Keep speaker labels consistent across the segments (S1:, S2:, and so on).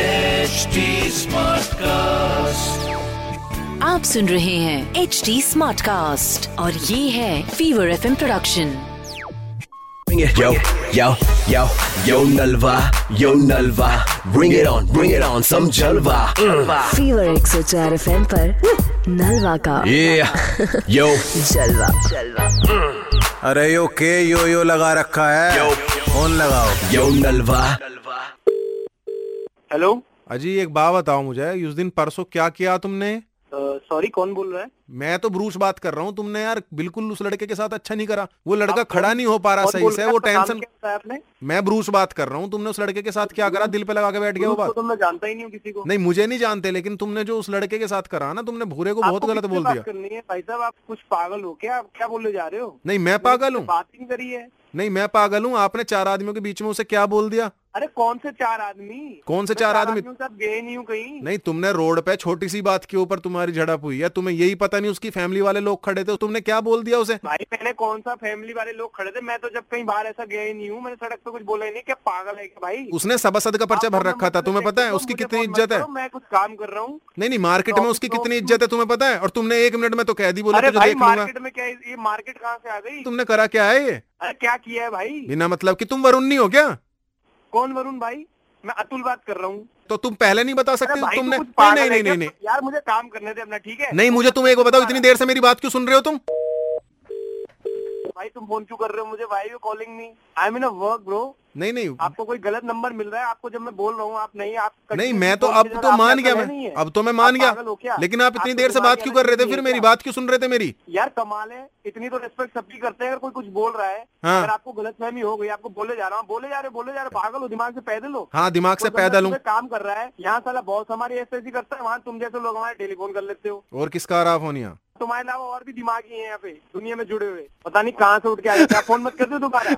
S1: HD Smartcast.
S2: आप सुन रहे हैं एच डी स्मार्ट कास्ट और ये है fever F production
S3: Bring it, yo, yo, yo, yo, Nalva, yo, Nalva. Bring it on, bring it on, some Jalva. Mm.
S2: Fever एक सौ चार एफ एम नलवा का
S3: Yeah, yo,
S2: जलवा जलवा
S4: अरे यो के यो यो लगा रखा है
S3: Yo.
S4: फोन लगाओ
S3: yo, Nalva.
S5: हेलो
S4: अजी एक बात बताओ मुझे उस दिन परसों क्या किया तुमने
S5: सॉरी Uh, कौन बोल रहा है
S4: मैं तो ब्रूस बात कर रहा हूँ तुमने यार बिल्कुल उस लड़के के साथ अच्छा नहीं करा वो लड़का
S5: आप
S4: खड़ा नहीं हो पा रहा
S5: कौन
S4: सही
S5: बोल
S4: से
S5: रहा है?
S4: वो
S5: आपका नाम
S4: टेंशन
S5: क्या बताया आपने
S4: मैं ब्रूस बात कर रहा हूँ तुमने उस लड़के के साथ क्या करा दिल पे लगा के बैठ गया वो
S5: उसको
S4: बात
S5: तो मैं जानता ही नहीं हूँ किसी को
S4: नहीं मुझे नहीं जानते लेकिन तुमने जो उस लड़के के साथ करा ना तुमने भूरे को
S5: आपको
S4: बहुत गलत
S5: किससे
S4: बोल
S5: बात
S4: दिया
S5: करनी है भाई साहब आप कुछ पागल हो क्या आप क्या बोलने जा रहे हो
S4: नहीं मैं पागल हूँ
S5: बात ही नहीं करी है
S4: नहीं मैं पागल हूँ आपने चार आदमियों के बीच में उसे क्या बोल दिया
S5: अरे कौन से चार आदमी
S4: कौन से
S5: मैं
S4: चार आदमी?
S5: आदमियों के साथ गए नहीं हूँ कहीं
S4: नहीं तुमने रोड पे छोटी सी बात के ऊपर तुम्हारी झड़प हुई है तुम्हें यही पता नहीं उसकी फैमिली वाले लोग खड़े थे तो तुमने क्या बोल दिया उसे
S5: भाई मैंने कौन सा फैमिली वाले लोग खड़े थे मैं तो जब कहीं बाहर ऐसा गया ही नहीं हूँ मैंने सड़क पे कुछ बोला ही नहीं क्या पागल है क्या भाई
S4: उसने सभासद का पर्चा
S5: आप फोन
S4: भर रखा
S5: नंबर से
S4: था तुम्हें
S5: देख
S4: पता है
S5: लो,
S4: उसकी
S5: मुझे
S4: कितनी
S5: फोन मत
S4: इज्जत है
S5: करो, मैं कुछ काम कर रहा हूँ
S4: नहीं नहीं मार्केट में
S5: ऑफिस
S4: उसकी
S5: में
S4: कितनी
S5: ऑफिस
S4: इज्जत है तुम्हें पता है और तुमने एक मिनट में तो कह दी बोला
S5: अरे
S4: तुझे
S5: भाई
S4: देख लूंगा
S5: मार्केट में क्या ये मार्केट कहाँ से आ गई
S4: तुमने करा क्या है ये
S5: अरे क्या किया है भाई
S4: बिना मतलब कि तुम वरुण नहीं हो क्या
S5: कौन वरुण भाई मैं अतुल बात कर रहा हूँ
S4: तो तुम पहले नहीं बता सकते
S5: अरे भाई,
S4: तुमने
S5: तू कुछ पागल
S4: नहीं
S5: है
S4: नहीं
S5: क्या?
S4: नहीं नहीं
S5: यार मुझे काम करने दे अपना ठीक है
S4: नहीं मुझे तुम एक बार बताओ इतनी देर से मेरी बात क्यों सुन रहे हो तुम
S5: भाई तुम फोन क्यों कर रहे हो मुझे भाई you calling me I am in work bro
S4: नहीं नहीं
S5: आपको कोई गलत नंबर मिल रहा है आपको जब मैं बोल रहा हूँ आप नहीं आप
S4: नहीं
S5: continuously
S4: मैं तो
S5: call
S4: अब
S5: कर रहे हो,
S4: तो
S5: आपके
S4: मान
S5: अंदर
S4: गया
S5: है
S4: मैं
S5: नहीं है।
S4: अब तो मैं
S5: आप
S4: मान
S5: पागल हो क्या?
S4: गया लेकिन आप इतनी
S5: आपको
S4: देर से
S5: दिमाग
S4: बात क्यों कर रहे थे
S5: नहीं है
S4: फिर मेरी
S5: क्या?
S4: बात क्यों सुन रहे थे मेरी
S5: यार कमाल है इतनी तो रिस्पेक्ट सबकी करते हैं अगर कोई कुछ बोल रहा है
S4: हाँ।
S5: अगर आपको गलत फहमी हो गई आपको बोले जा रहा हूँ बोले जा रहे हो, बोले जा रहे हो, पागल हो दिमाग से पैदल हो
S4: हाँ दिमाग से
S5: कोई बंदा
S4: पैदल हूँ
S5: सुबह काम कर रहा है यहाँ साला बॉस हमारी ऐसे ऐसी करता है वहाँ तुम जैसे लोग हमारे टेलीफोन कर लेते हो
S4: और किसका रहा फोन यहाँ
S5: तुम्हारे अलावा और भी दिमागी हैं यहाँ पे दुनिया में जुड़े हुए पता नहीं कहाँ से उठ के आए क्या फोन मत कर दो दोबारा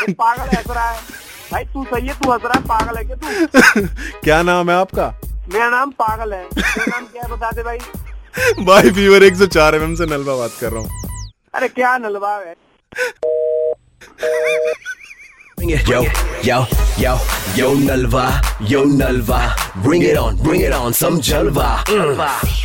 S5: ये पागल हंस रहा है भाई तू सही है तू हंस रहा है पागल है क्या तू
S4: क्या नाम है आपका
S5: मेरा नाम पागल है मेरा नाम क्या है बता दे भाई
S4: भाई फीवर 104 एफएम से नलवा बात कर रहा हूँ
S5: अरे क्या नलवा है
S3: Bring it, yo, yo, yo, yo, Nalva, yo, Nalva. Bring it on, bring it on, some Jalva. Mm.